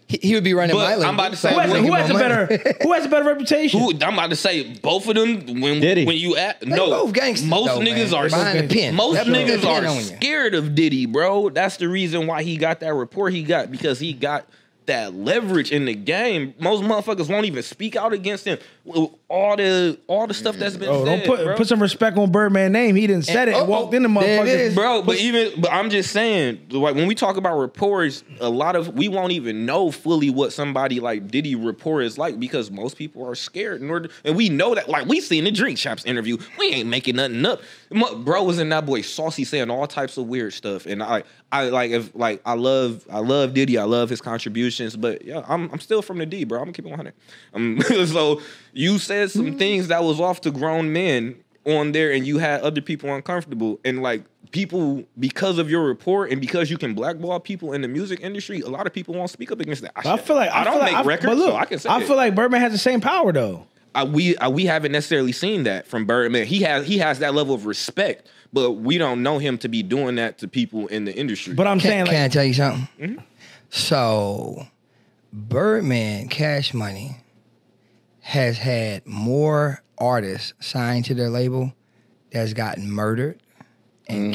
he, he would be running But my label. I'm about to say, Who has, Wait, who give has a better Who has a better reputation? Who, I'm about to say both of them when Diddy. when you at no both gangsters, most though, niggas man. are Behind the pen. most That put niggas the pen are on you. scared of Diddy bro that's the reason why he got that report he got because he got that leverage in the game most motherfuckers won't even speak out against him With all the all the stuff that's been Oh, said don't put bro. put some respect on Birdman's name. He didn't said it. oh, and walked in the oh, there it is. motherfucker. bro. But even, but I'm just saying, like when we talk about reports, a lot of we won't even know fully what somebody like Diddy report is like because most people are scared. In order, and we know that, like we seen the Drink Chaps interview, we ain't making nothing up. Mo- Bro was in that boy saucy saying all types of weird stuff, and I, I like if like I love, I love Diddy, I love his contributions, but yeah, I'm I'm still from the D, bro. I'm gonna keep it 100. Um, so you said some things that was off to grown men on there and you had other people uncomfortable and like people because of your report and because you can blackball people in the music industry a lot of people won't speak up against that I feel like I, don't feel like, make I- records But look, so i can say I it. feel like Birdman has the same power though. I, we I, we haven't necessarily seen that from birdman he has he has that level of respect but we don't know him to be doing that to people in the industry But I'm Can, saying like Mm-hmm. can I tell you something? So, Birdman Cash Money has had more artists signed to their label that's gotten murdered and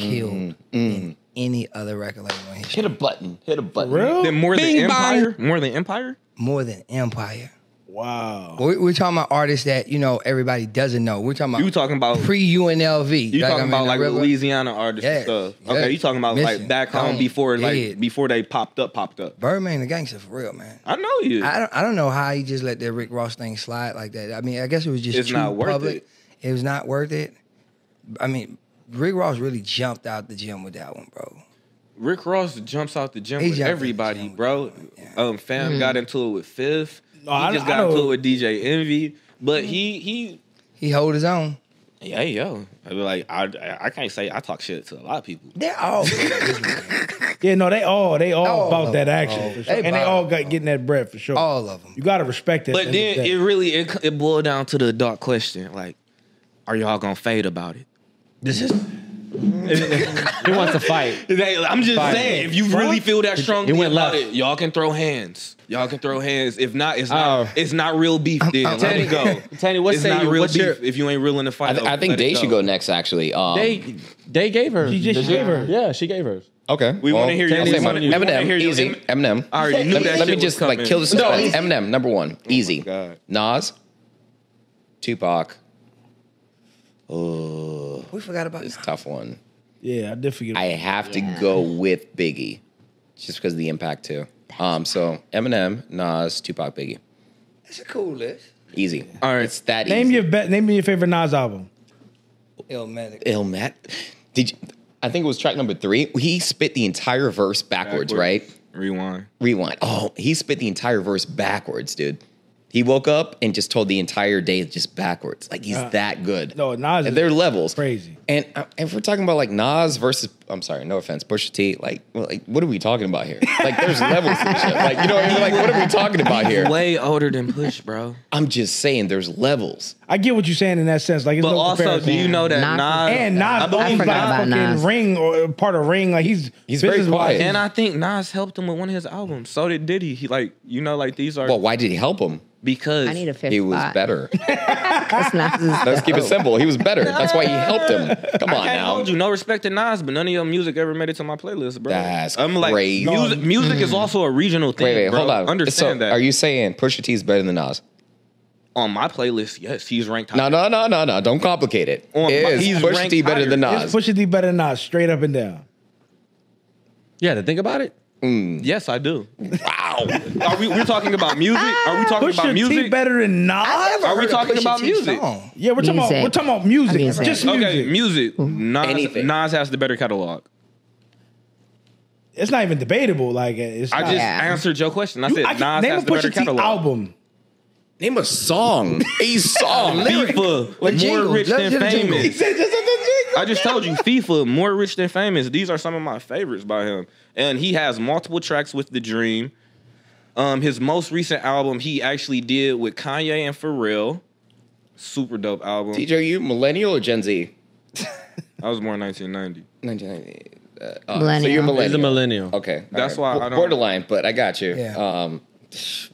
Mm, killed than any other record label in history. Hit a button. Hit a button. real. then more than Bing bong. empire more than empire More than Empire. Wow. We, we're talking about artists that you know everybody doesn't know. We're talking about You talking about- pre UNLV. You talking about like Louisiana artists Yes, and stuff? Okay, yes. you talking about Mission, like back home gone, before dead. like before they popped up, popped up. Birdman the gangster for real, man. I know you. I don't I don't know how he just let that Rick Ross thing slide like that. I mean, I guess it was just It's too not worth public. it. It was not worth it. I mean, Rick Ross really jumped out the gym with that one, bro. Rick Ross jumps out the gym He with jumped out the everybody, gym. bro. Um, fam got into it with Fifth. No, he I- just I got into know- it with DJ Envy. But he he He hold his own. yeah yo. I be like I I- I can't say I talk shit to a lot of people. They're all Yeah, no, they all they all All about of that them. action All for sure. of and they them. all got getting that bread for sure. all of them. You gotta respect that. But then it really it, it boiled down to the dark question like, are y'all gonna fade about it? This is He wants to fight. They- I'm just Fine. saying, if you really feel that strongly It went about left. it, y'all can throw hands. Y'all can throw hands. If not, it's not Oh. it's not real beef. Then let Teddy- it go. Teddy, what it's say not you? real What's beef your- if you ain't real in the fight. I, th- I think let it they should go next, actually. Um, They they gave her. She just the- gave her. Yeah, she gave hers. okay. We wanna hear your- I'll say we mine. wanna- we wanna hear Eminem, your- easy. Eminem. I already knew Let me, that let me shit was just like coming. kill the No, Oh suspense. Eminem, number one, easy. God. Nas, Tupac. Oh, we forgot about it's a tough one. Yeah, I did forget. I have to go with Biggie, just because of the impact too. Um, so Eminem, Nas, Tupac, Biggie, It's a cool list. easy. All right. it's that name easy. your be- name your favorite Nas album. Illmatic. Illmatic. Did you, I think it was track number three? He spit the entire verse backwards, right? Rewind. Rewind. Oh, he spit the entire verse backwards, dude. He woke up and just told the entire day just backwards. Like he's that good. no, Nas And is their levels crazy. And uh, if we're talking about like Nas versus, I'm sorry, no offense, Pusha T. Like, well, like what are we talking about here? Like, there's levels to this shit. Like, you know, what I mean? like what are we talking about here? Way older than Push, bro. I'm just saying, there's levels. I get what you're saying in that sense. Like, it's But no also, comparison. do you know that Nas- Nas and Nas I believe owns like forgot about fucking Nas. Ring or part of Ring. Like he's He's very business-wise, quiet. and I think Nas helped him with one of his albums. So did Diddy. He like you know like these are Well, why did he help him? because I need a fifth He was spot. better. That's not Let's keep it simple. He was better. That's why he helped him. Come on I can't now. hold you. No respect to Nas, but none of your music ever made it to my playlist, bro. That's I'm like, crazy. music, music is also a regional thing. Wait, wait, bro. hold on. Understand So, that. Are you saying Pusha T is better than Nas? on my playlist? Yes, he's ranked. No, high. no, no, no, no. Don't complicate it. Oh, my- Is he's Pusha ranked T better than higher. Nas? It's Pusha T better than Nas, straight up and down. Yeah, to think about it. Yes, I do. wow. Are we? We're talking about music. Are we talking Pusha about music? T better than Nas? Are we talking about music? Yeah, we're talking about Music. we're talking about music, Music. just music. Mm-hmm. Okay, music. Nas, Anything. Nas has the better catalog. It's not even debatable. Like it's I not- just Yeah. answered your question. I You- said I can- Nas name has a the better Pusha T catalog. album. Name a song. A song. FIFA, Like more jingles. rich Let's than get a jingle. famous. I just told you, FIFA, more rich than famous. These are some of my favorites by him, and he has multiple tracks with the Dream. Um, his most recent album he actually did with Kanye and Pharrell, super dope album. DJ, are you millennial or Gen Z? I was born in 1990. 1990. Uh, uh, So Millennial. you're millennial. He's a millennial. Okay. That's All why I don't- Borderline, but I got you. Yeah. Um,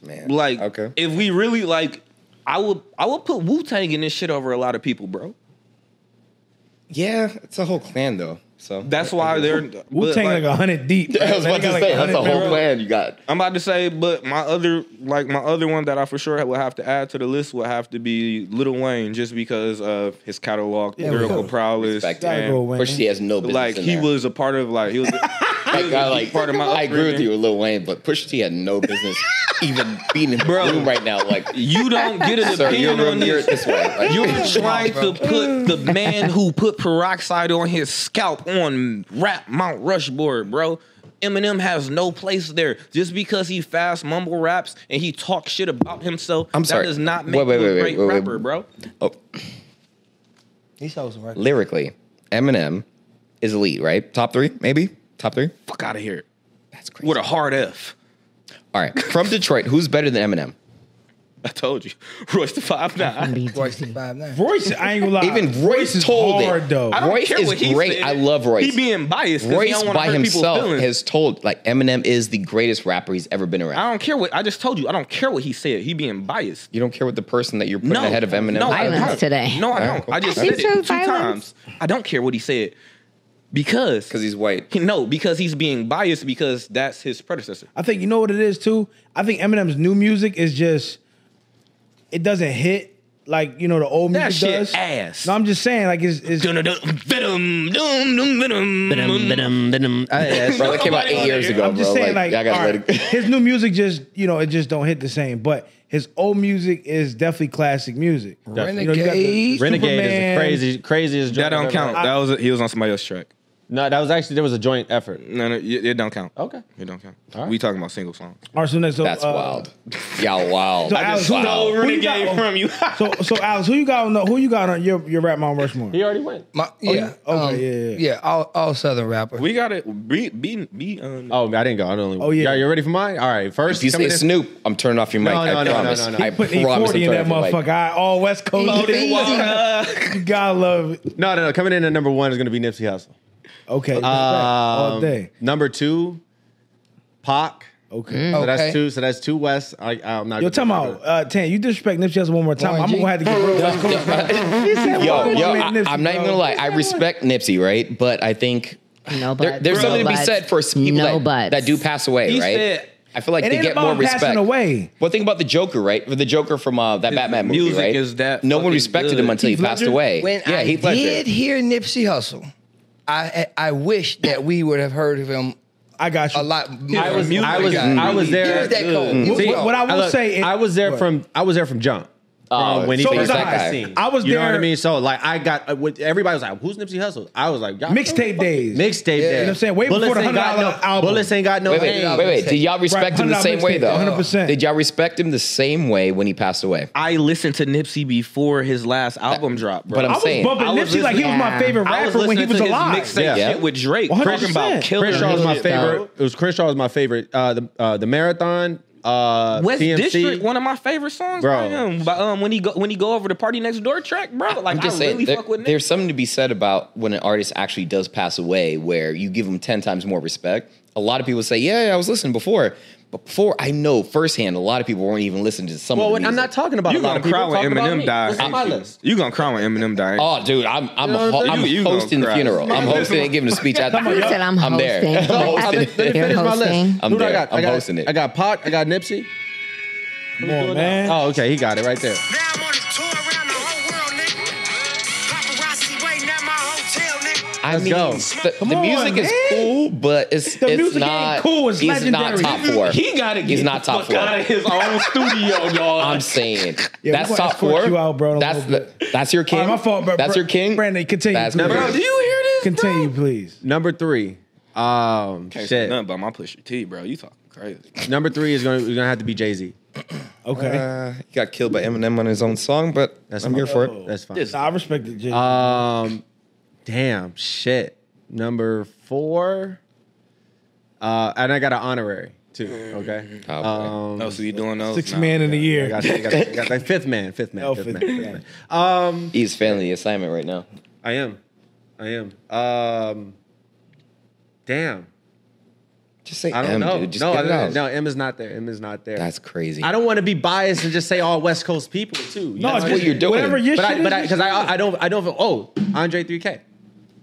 man. Like, okay. if we really like, I would I would put Wu Tang in this shit over a lot of people, bro. yeah, it's a whole clan though. So That's why they're but, Wu Tang like a hundred deep. I was They about got to like say that's 100 a whole members. clan you got. I'm about to say, but my other like my other one that I for sure would have to add to the list would have to be Lil Wayne, just because of his catalog, Yeah, lyrical we- prowess, Respect Gotta and, go Wayne. Pusha T has no business. like in he that. was a part of like he was. Like, I, like, part of my I agree with upbringing. you with Lil Wayne, but Pusha T had no business even being in the Bro. room right now. Like, you don't get an sir, you're opinion on room here this. this way. Like, You're trying to put Mm. the man who put peroxide on his scalp on rap Mount Rushboard, bro. Eminem has no place there. Just because he fast mumble raps and he talks shit about himself, I'm that sorry. does not Wait, make wait, you a wait, wait, great wait, wait. rapper, bro. oh, He sold some records. lyrically, Eminem is elite, right? Top three, maybe top three. Fuck out of here. That's crazy. With a hard F. All right, from Detroit, who's better than Eminem? I told you. Royce the Five Nine. Royce the Five Nine. Royce, I ain't gonna lie. Even Uh, Royce is told hard it. though. I don't Royce care is what he great. said. I love Royce. He being biased. 'cause he Royce don't wanna by hurt people's himself feelings. has told like Eminem is the greatest rapper he's ever been I around. don't care what I just told you. I don't care what he said. He being biased. You don't care what the person that you're putting no, ahead of Eminem. No, is. I Violence don't. today. No, I Alright, don't. cool. I just He said it chose two violence. times. I don't care what he said because 'Cause he's white. He, no, because he's being biased because that's his predecessor. I think you know what it is too. I think Eminem's new music is just it doesn't hit like you know the old That music shit does. ass. No, I'm just saying like it's, it's Dun, dun, dun, Venom, dun, dun, venom. Bro, that came out eight years ago, I'm just bro. saying like, y'all gotta all let right, it go. his new music just you know it just don't hit the same. But his old music is definitely classic music. Renegade. You know, you got the- Renegade is Superman. the crazy, craziest. That joint don't I've count. ever heard. That was he was on somebody else's track. No, that was actually there was a joint effort. No, no, it, it don't count. Okay. It don't count. right. We talking about single songs. All right, so next, so, That's uh, wild. Y'all wild. So I Alex, just who, who wild. you got, from you? so so Alex, who you got on the, who you got on your your rap Mount Rushmore? He already went. Oh, My, yeah, you- okay, um, yeah, yeah. all, all Southern rapper. We got it. Be be be. Um, Oh, I didn't go. I only. Oh, yeah. Y'all, you ready for mine? All right. First, If you say coming in- Snoop, I'm turning off your mic. No, no, I no, no, promise. no, no. I He Put E promise. I'm forty in that turning off your motherfucker. mic. All right, all West Coast. Loaded water. You gotta love it. No, no, no. Coming in at number one is going to be Nipsey Hussle. Okay, respect. all Um, day. Number two, Pac. Mm. Okay. So that's Okay. two. So that's two West. I, I'm not. gonna- Yo, talking about uh, Tan, you disrespect Nipsey Hussle one more time. Warren I'm G. gonna have to get real West Coast. He Yo, said, "Why yo, would you I, make Nipsey, I'm not even bro?" gonna lie. I respect Nipsey, right? But I think No there, buts, there's no something to be buts, said for some people no that, buts. that do pass away, He right? said- I feel like It they ain't get about more him passing respect. away. Well, think about the Joker, right? The Joker from uh, that Batman movie, music right? is that no one fucking respected good. him until Heath he passed Ledger? away. When yeah, I Heath Ledger. did hear Nipsey Hussle, I I wish that we would have heard of him I got you. a lot more. I was. Music I was. is I was really there. Here's that code. Mm. What- See, what I will look, say- I was there What? from. I was there from jump. Oh, From when he so first was got I. seen. I was You know what I there- mean? So like, I got. uh, with- Everybody was like, "Who's Nipsey Hussle?" I was like, y'all- Mixtape days. Mixtape You know days. what I'm saying? Way before the ain't got $100 no- album. Bullets ain't got no. Wait, wait, name. wait, wait. Did y'all respect Right, him the same way though? 100%. Did y'all respect him the same way when he passed away? I listened to Nipsey before his last album drop, bro. But I'm I was saying, bumping I was Nipsey like he was my listening- favorite I was rapper when he listening was to his alive. mixtape Yeah. shit with Drake, 100%. talking about killing. Crenshaw was and my shit. favorite. It was Crenshaw was my favorite. Uh, the uh, the marathon. Uh, West TMC. District, one of my favorite songs Bro. by him. But um, when he go when he go over the party next door track, bro, like I'm just I saying, really there- fuck with Nipsey. there's something to be said about when an artist actually does pass away, where you give them ten times more respect. A lot of people say, "Yeah, yeah, I was listening before," but before I know firsthand, a lot of people weren't even listening to some. Well, of the I'm music. not talking about You a lot gonna of people. cry I'm when talking about Eminem me. dies? It's on my ain't you? list. You gonna cry when Eminem dies? Oh, dude, I'm I'm a ho- what I'm I'm saying? You- you hosting the gonna funeral. cry. I'm hosting and giving a speech at the He funeral. said I'm hosting. there. I'm Let me- hosting let me it. finish Finish my hosting. list. I'm Who do I there. got? I I'm got- hosting it. I got Pac. I got Nipsey. Come on, man. Oh, okay, he got it right there. Now I'm on a tour around the whole world, nigga. Paparazzi waiting at my hotel, nigga. I Let's mean, go. The, the on, music is man. cool, but it's The it's music ain't not cool, it's he's not legendary. top four. He gotta He's get not the top fuck four. out of his own studio, dog. I'm saying Yeah, that's we gonna top escort four. you out, bro, in a that's little the, that's your king. All right, my fault, bro. That's Bro- your king. Brandon, continue, That's please. bro. bro, do you hear this? Continue, please. Number three. Um, Can't say shit. nothing about my pusher T, bro. You talking crazy? Number three is gonna, is gonna have to be Jay Z. Okay, Uh, he got killed by Eminem on his own song, but That's I'm fine. here for it. That's fine. This- Nah, I respect it, Jay. Um, damn shit. Number four. Uh, and I got an honorary too. Okay. Oh, boy. Um, Oh, so you doing those? Six Nah. man in a I year. got, I got, I got like fifth man, fifth man, Oh, fifth fifth man, fifth man. man. He's failing the assignment right now. I am, I am. Um, damn. Just say I don't M, know. dude. Just no, get it I- out. no, M is not there. M is not there. That's crazy. I don't want to be biased and just say all West Coast people too. You know it's what I what just you're doing. Whatever your but shit I, but I, is, because I, I don't, I don't. Feel, oh, Andre 3K.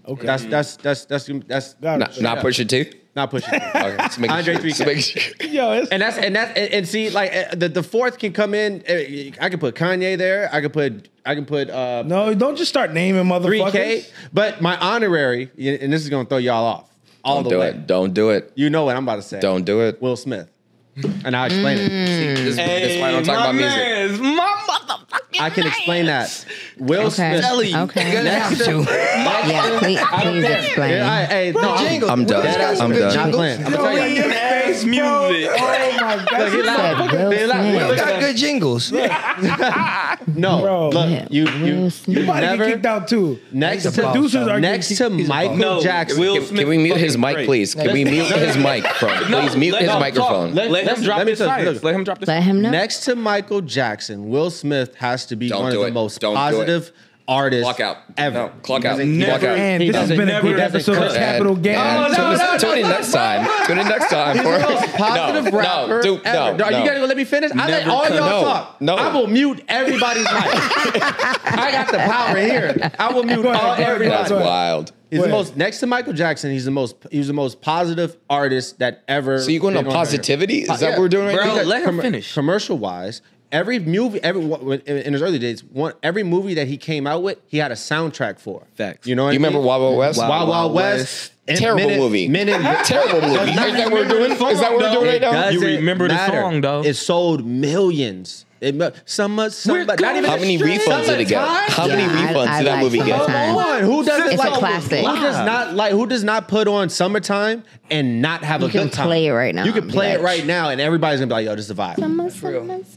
Okay. That's that's that's that's that's, Got it. not, not Yeah. pushing two. not pushing. Okay, just making Andre sure. Just 3K. making sure. Yo, it's, And that's and that's and, and see like uh, the the fourth can come in. uh, I can put Kanye there. I can put I can put uh, no, don't just start naming motherfuckers. 3K. But my honorary, and this is gonna throw y'all off all Don't the do way. it. Don't do it. You know what I'm about to say. Don't do it. Will Smith. And I'll explain it. Mm. This, this is why I don't talk about music. Man's, my motherfucking I can explain that. Will Okay. Smith. Okay. Have to. Yeah, please, please explain. Yeah, I, hey, no, I'm- Jingle. I'm done. Dead ass I'm bitch done. not jingles. playing. I'm gonna tell you. ass music. Oh my Look, he god. laughed. Said Will He laughed. Smith. Look at Got good jingles. that. No, Bro. look, you, Yeah, Will you, Smith. you You might get never. kicked out too. Next He's a boss, to, Producers are getting next to kicked- he's a Michael No, Jackson. Will Can, Smith can we mute his fucking mic, great. please? Can we mute his mic, bro? Please mute let him his talk. microphone. Let, let him Listen, drop let me his tell you, science. look. Let him drop his Let him know. Next to Michael Jackson, Will Smith has to be Don't one do of the it. most Don't do it. positive artists Clock out. ever. No, clock He out. doesn't- he Never. doesn't- And he this has doesn't- been a he great doesn't episode of cut. Capital Dad, Gain. Dad, Oh, no, tune, no, in- tune in next time. Tune in next time. He's for- the most positive no, rapper no, dude, ever. No, Are no. you guys gonna let me finish? I let Never all cut. y'all No, talk. no. I will mute everybody's mic. I got the power here. I will mute Go ahead, all go ahead, everybody. That's wild. He's Wait. the most next to Michael Jackson. He's the most. He's the most positive artist that ever. So you going been on on record. positivity? Is that Yeah. what we're doing right Bro, now? let him finish. Commercial wise, every movie, every when- in his early days, one every movie that he came out with, he had a soundtrack for. Facts. You know, what Do you I mean? remember Wild Wild West? Wild Wild, West. And Terrible Minute- movie. Minute, Terrible movie. Does Is not that what we're remember doing? the song, Is that what we're though. doing right It now? You doesn't remember the matter. song, though. It sold millions. It, mo- summer, summer, not even How a many string. refunds did it get? Summertime? How many Yeah, I- refunds I did that like movie get? Summertime. Come on, who doesn't It's a like classic. Who does not like who does not put on summertime and not have You a can good time? play it right now You can and be play it like- right now, and everybody's gonna be like, "Yo, this is a vibe."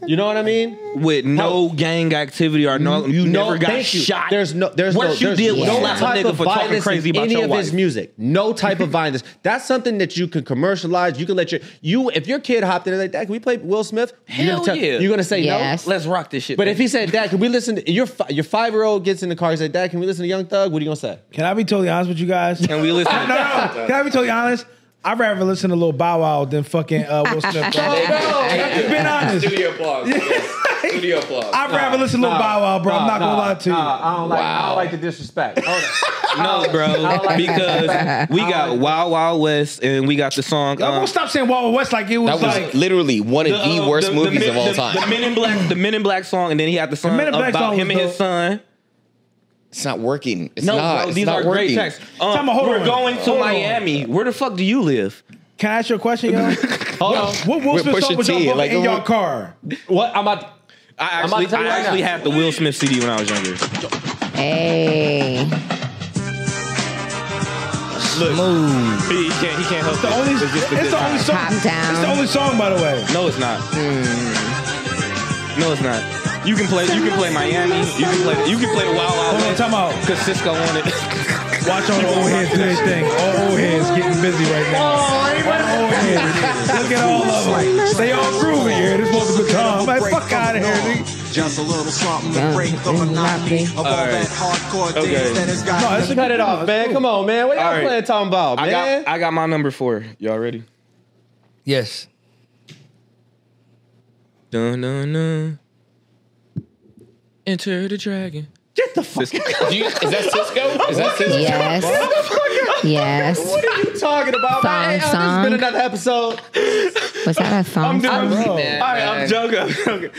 You know what I mean? with no gang activity or no, you No, never got thank you. shot. There's no, there's no, What you there's did was no slap a type nigga of for talking violence crazy in about any your of wife. his music. No type of violence. That's something that you can commercialize. You can let your you if your kid hopped in and like, "Dad, can we play Will Smith?" you're Hell gonna tell- yeah. You're gonna say Yes. no. Let's rock this shit. But if he said, "Dad, can we listen?" To, your fi- your five year old gets in the car. He said, "Dad, can we listen to Young Thug?" What are you gonna say? Can I be totally honest with you guys? and we listen, no, no. Can I be totally honest? I'd rather listen to Lil Bow Wow than fucking uh, Will Smith. bro. I've been honest. Studio applause. Studio applause. I'd rather listen to Lil Bow Wow, bro. I'm not gonna lie to you. I don't like. I Wow. don't like the disrespect. Hold on. Oh. no, bro, because we got Wild Wild West and we got the song. Y'all um, gonna stop saying Wild Wild West like it was, That was like literally one of the, uh, worst the- the movies Men- of all the- time. The Men in Black, the Men in Black song, and then he had the song Men in Black about song him was and his dope. son. it's not working. It's No, not. bro, it's these not are working. great tracks. Um, Time out, hold we're on. going to Hold on. Miami. Where the fuck do you live? Can I ask you a question, yo? what, what Will With Smith song Pusha was y'all T, bumping like, in what- your car? What I'm about. I I'm about actually, to tell I you right actually now. had the Will Smith CD when I was younger. Hey. Look, he, he can't. He can't help The it. only, It's just a good it's the only time. song. Top down. It's the only song, by the way. No, it's not. Hmm. No, it's not. You can play. You can play Miami. You can play. You can play the Wild Wild Hold on, West. time out. Cause Cisco on it. Watch all the old heads do their thing. All old heads getting busy right now. Oh, All old heads. Look at all of them. They all grooving here. This was a good time. Like, fuck out of here, nigga. Just a little something Yeah. to break the Mm, monotony happy. of all that hardcore Okay. dance that has got No, me it's a Cut it off, man. Come on, man. What y'all All right. playing talking about, I man? got. I got my number four. Y'all ready? Yes. Dun dun dun. Enter the dragon. Get the fuck Cisco. Do you- is that Cisco? Is that Cisco? Yes. Yes. What are you talking about? Thong man? Hey, oh, This has song. been another episode. Was that a I'm thong doing. song? All right, I'm joking. I'm joking.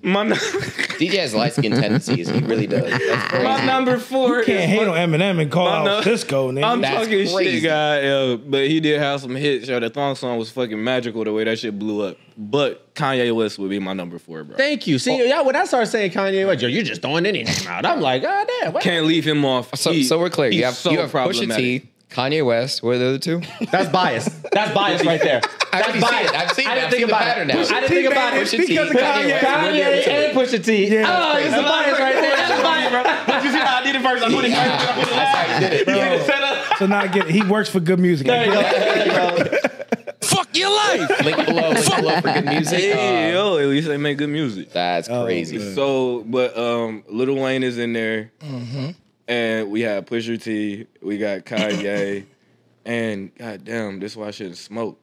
My, nu- DJ has light skin tendencies. He really does. That's crazy. my number four. is Can't hate on Eminem and call My out num- Cisco, nigga. I'm That's talking crazy. shit, guy. Yo, but he did have some hits. Yo, the thong song was fucking magical the way that shit blew up. But Kanye West would be my number four, bro. Thank you. See, y'all, when I started saying Kanye West, yo, you're just throwing any name out. I'm like, oh, damn. What? Can't leave him off. So, He- so we're clear. he's You have, so you have Pusha problematic. T, Kanye West. What are the other two? That's bias. That's bias right there. I That's already see it. I've seen I it. didn't I've think seen the about pattern it. now. I didn't think about man, it. it's Pusha T, because of Kanye Kanye. West. Kanye and Pusha T. Yeah. Oh, it's a bias right there. That's bias, bro. But you see how I did it first? I put it first. I put it last. You get it set up. So now I get it. He works for good music. Fuck your life! Link below. Link below for good music. Hey, Uh, yo, at least they make good music. that's Oh, crazy. So, but um, Little Wayne is in there, Mm-hmm. and we have Pusher T, we got Kanye, and goddamn, this is why I shouldn't smoke.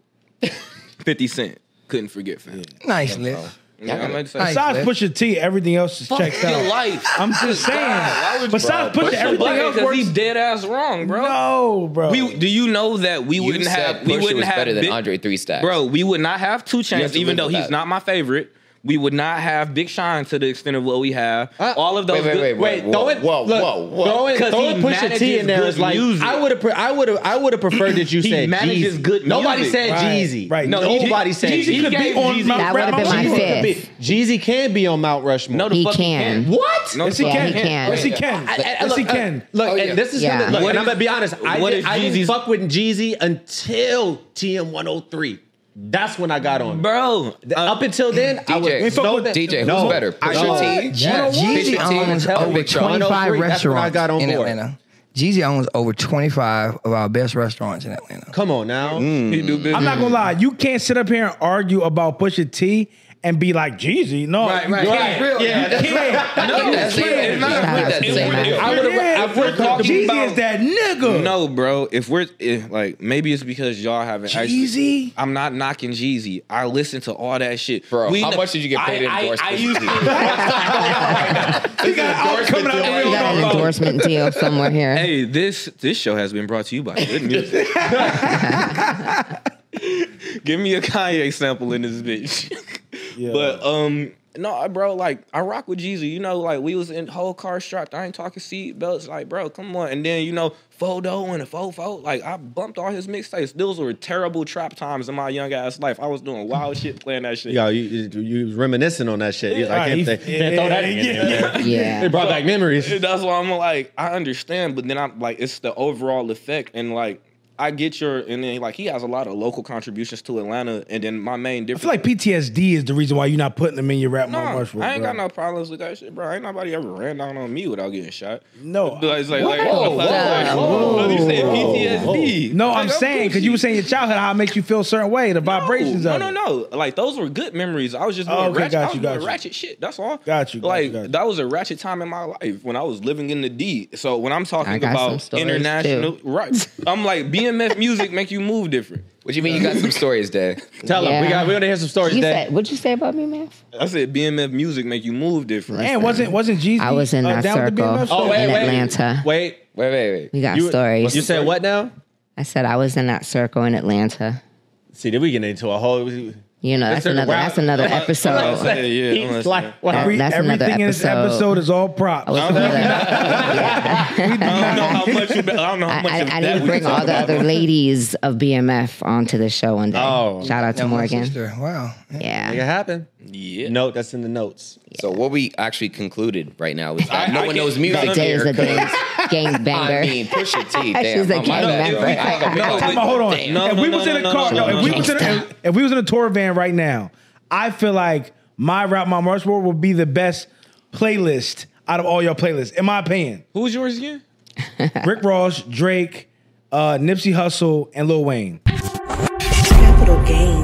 Fifty Cent couldn't forget fam. Nice list. Yeah, I'm like, so- Nice. Besides Pusha T, everything else is checked your out. life. I'm just saying. Besides Pusha, everything else because works. he's dead ass wrong, bro. No, bro. We do you know that we You wouldn't said have we Pusha wouldn't was have better than Big- Andre Three Stacks. bro. We would not have Two have Chains, to even live though with he's that. not my favorite. We would not have Big Shine to the extent of what we have. All of those. Uh, wait, wait, good- wait, Wait, Whoa, throw it. whoa, look, whoa, whoa. Throw it. 'Cause Throw he it. Pusha T manages in there good is like music. I would have. I would have. I would have preferred that you He said manages Jeezy. good Nobody music. said Right, Jeezy. right. No, Nobody he- said Jeezy Jeezy. could be on Mount That would've been my Rushmore. fifth. Jeezy can be on Mount Rushmore. No, the He fuck can. can. What? No, Yes, he Yeah, can. he can. Yes, he can. I- I- Yes, look, he uh, can. Look, Oh, and yeah. this is Yeah. gonna, look, What and if- I'm gonna be honest. I, what did, if I didn't Jeezy's- fuck with Jeezy until TM 103. That's when I got on. bro. Th- Up until then, I was DJ, fuck no, with- that- DJ, who's Uh, no, better? I- Pusha no. T? Yeah, Jeezy Pusha T and owns Tell over Big Sean. 25 103, that's when I restaurants got on in board. Atlanta. Jeezy owns over 25 of our best restaurants in Atlanta. Come on now. He do business. I'm not gonna lie. You can't sit up here and argue about Pusha T and be like Jeezy. No, Right, you right, can't. right. You Yeah, that's can't. I think that's it. It's not- I think that's it, man. If I we're- would've- Yeah, if we're talking Jeezy about- is that nigga. No, bro. If we're if, like, maybe it's because y'all haven't. Jeezy? actually- I'm not knocking Jeezy. I listen to all that shit, Bro, how kn- much did you get paid to I, endorse I, I Pusha used T? he got out coming out. He got an endorsement deal somewhere here. Hey, this this show has been brought to you by Good Music. Give me a Kanye sample in this bitch. But um, No, bro, like I rock with Jeezy. You know, like we was in whole car strapped. I ain't talking seat belts. Like, bro, come on. And then you know, Fodo and Fofo. Like I bumped all his mixtapes. Those were terrible trap times in my young ass life. I was doing wild shit playing that shit. Yo, you, you, you was reminiscing on that shit. You're like, Right, I can't he- think- can't throw that in there. Yeah. It brought back memories. And That's why I'm like, I understand, but then I'm like, it's the overall effect, and like, I get your, and then like, he has a lot of local contributions to Atlanta, and then my main I difference. feel like PTSD is the reason why you're not putting them in your rap No, more much. I ain't got no problems with that shit, bro. Ain't nobody ever ran down on me without getting shot. No. But it's like, like, Whoa, like, like, whoa, you said PTSD. No, Like, I'm saying because you were bullshit. saying your childhood how it makes you feel a certain way, the vibrations no, of no, it. no, Like those were good memories. I was just doing Oh, okay, ratchet. got I was you, doing got you. ratchet shit. That's all. Got you, got like you, got you. that was a ratchet time in my life when I was living in the D. So when I'm talking I got some about stories, international, right? I'm like BMF music make you move different. What do you mean you got some stories, Day? Tell them we Yeah. got we want to hear some stories. You Dad. said, what'd you say about me, man? I said BMF music make you move different. And wasn't wasn't Jeezy? I was in uh, that down with the circle. BMF Oh, shit? wait. in Atlanta. Wait, Wait, wait, wait. We got you, stories. You said what now? I said I was in that circle in Atlanta. See, did we get into a whole? You know, that's Mr. another. Wow. That's another episode. Yeah, yeah, I'm He's listening. like, That- Every- that's another everything in this episode. episode is all props. I was another. I don't know how much. You, I don't know how much. I, of I, that I need to we bring talked all the about. other ladies of BMF onto the show one day. Oh. Shout out to No, my Morgan. sister. Wow. it Yeah. happened. Yeah. Note that's in the notes. So what we actually concluded right now is that I- no I one can't- knows music no, Day is here. a 'cause- gang, gang banger. I mean, push your teeth. She's a gang member. No, time out, hold on. No, if no, we no, was in no, a no, car, no, no, no, if we no. was in a, if we was in a tour van right now, I feel like my rap, my Rush World would be the best playlist out of all your playlists, in my opinion. Who's yours again? Rick Ross, Drake, uh, Nipsey Hussle, and Lil Wayne. Capital Gain.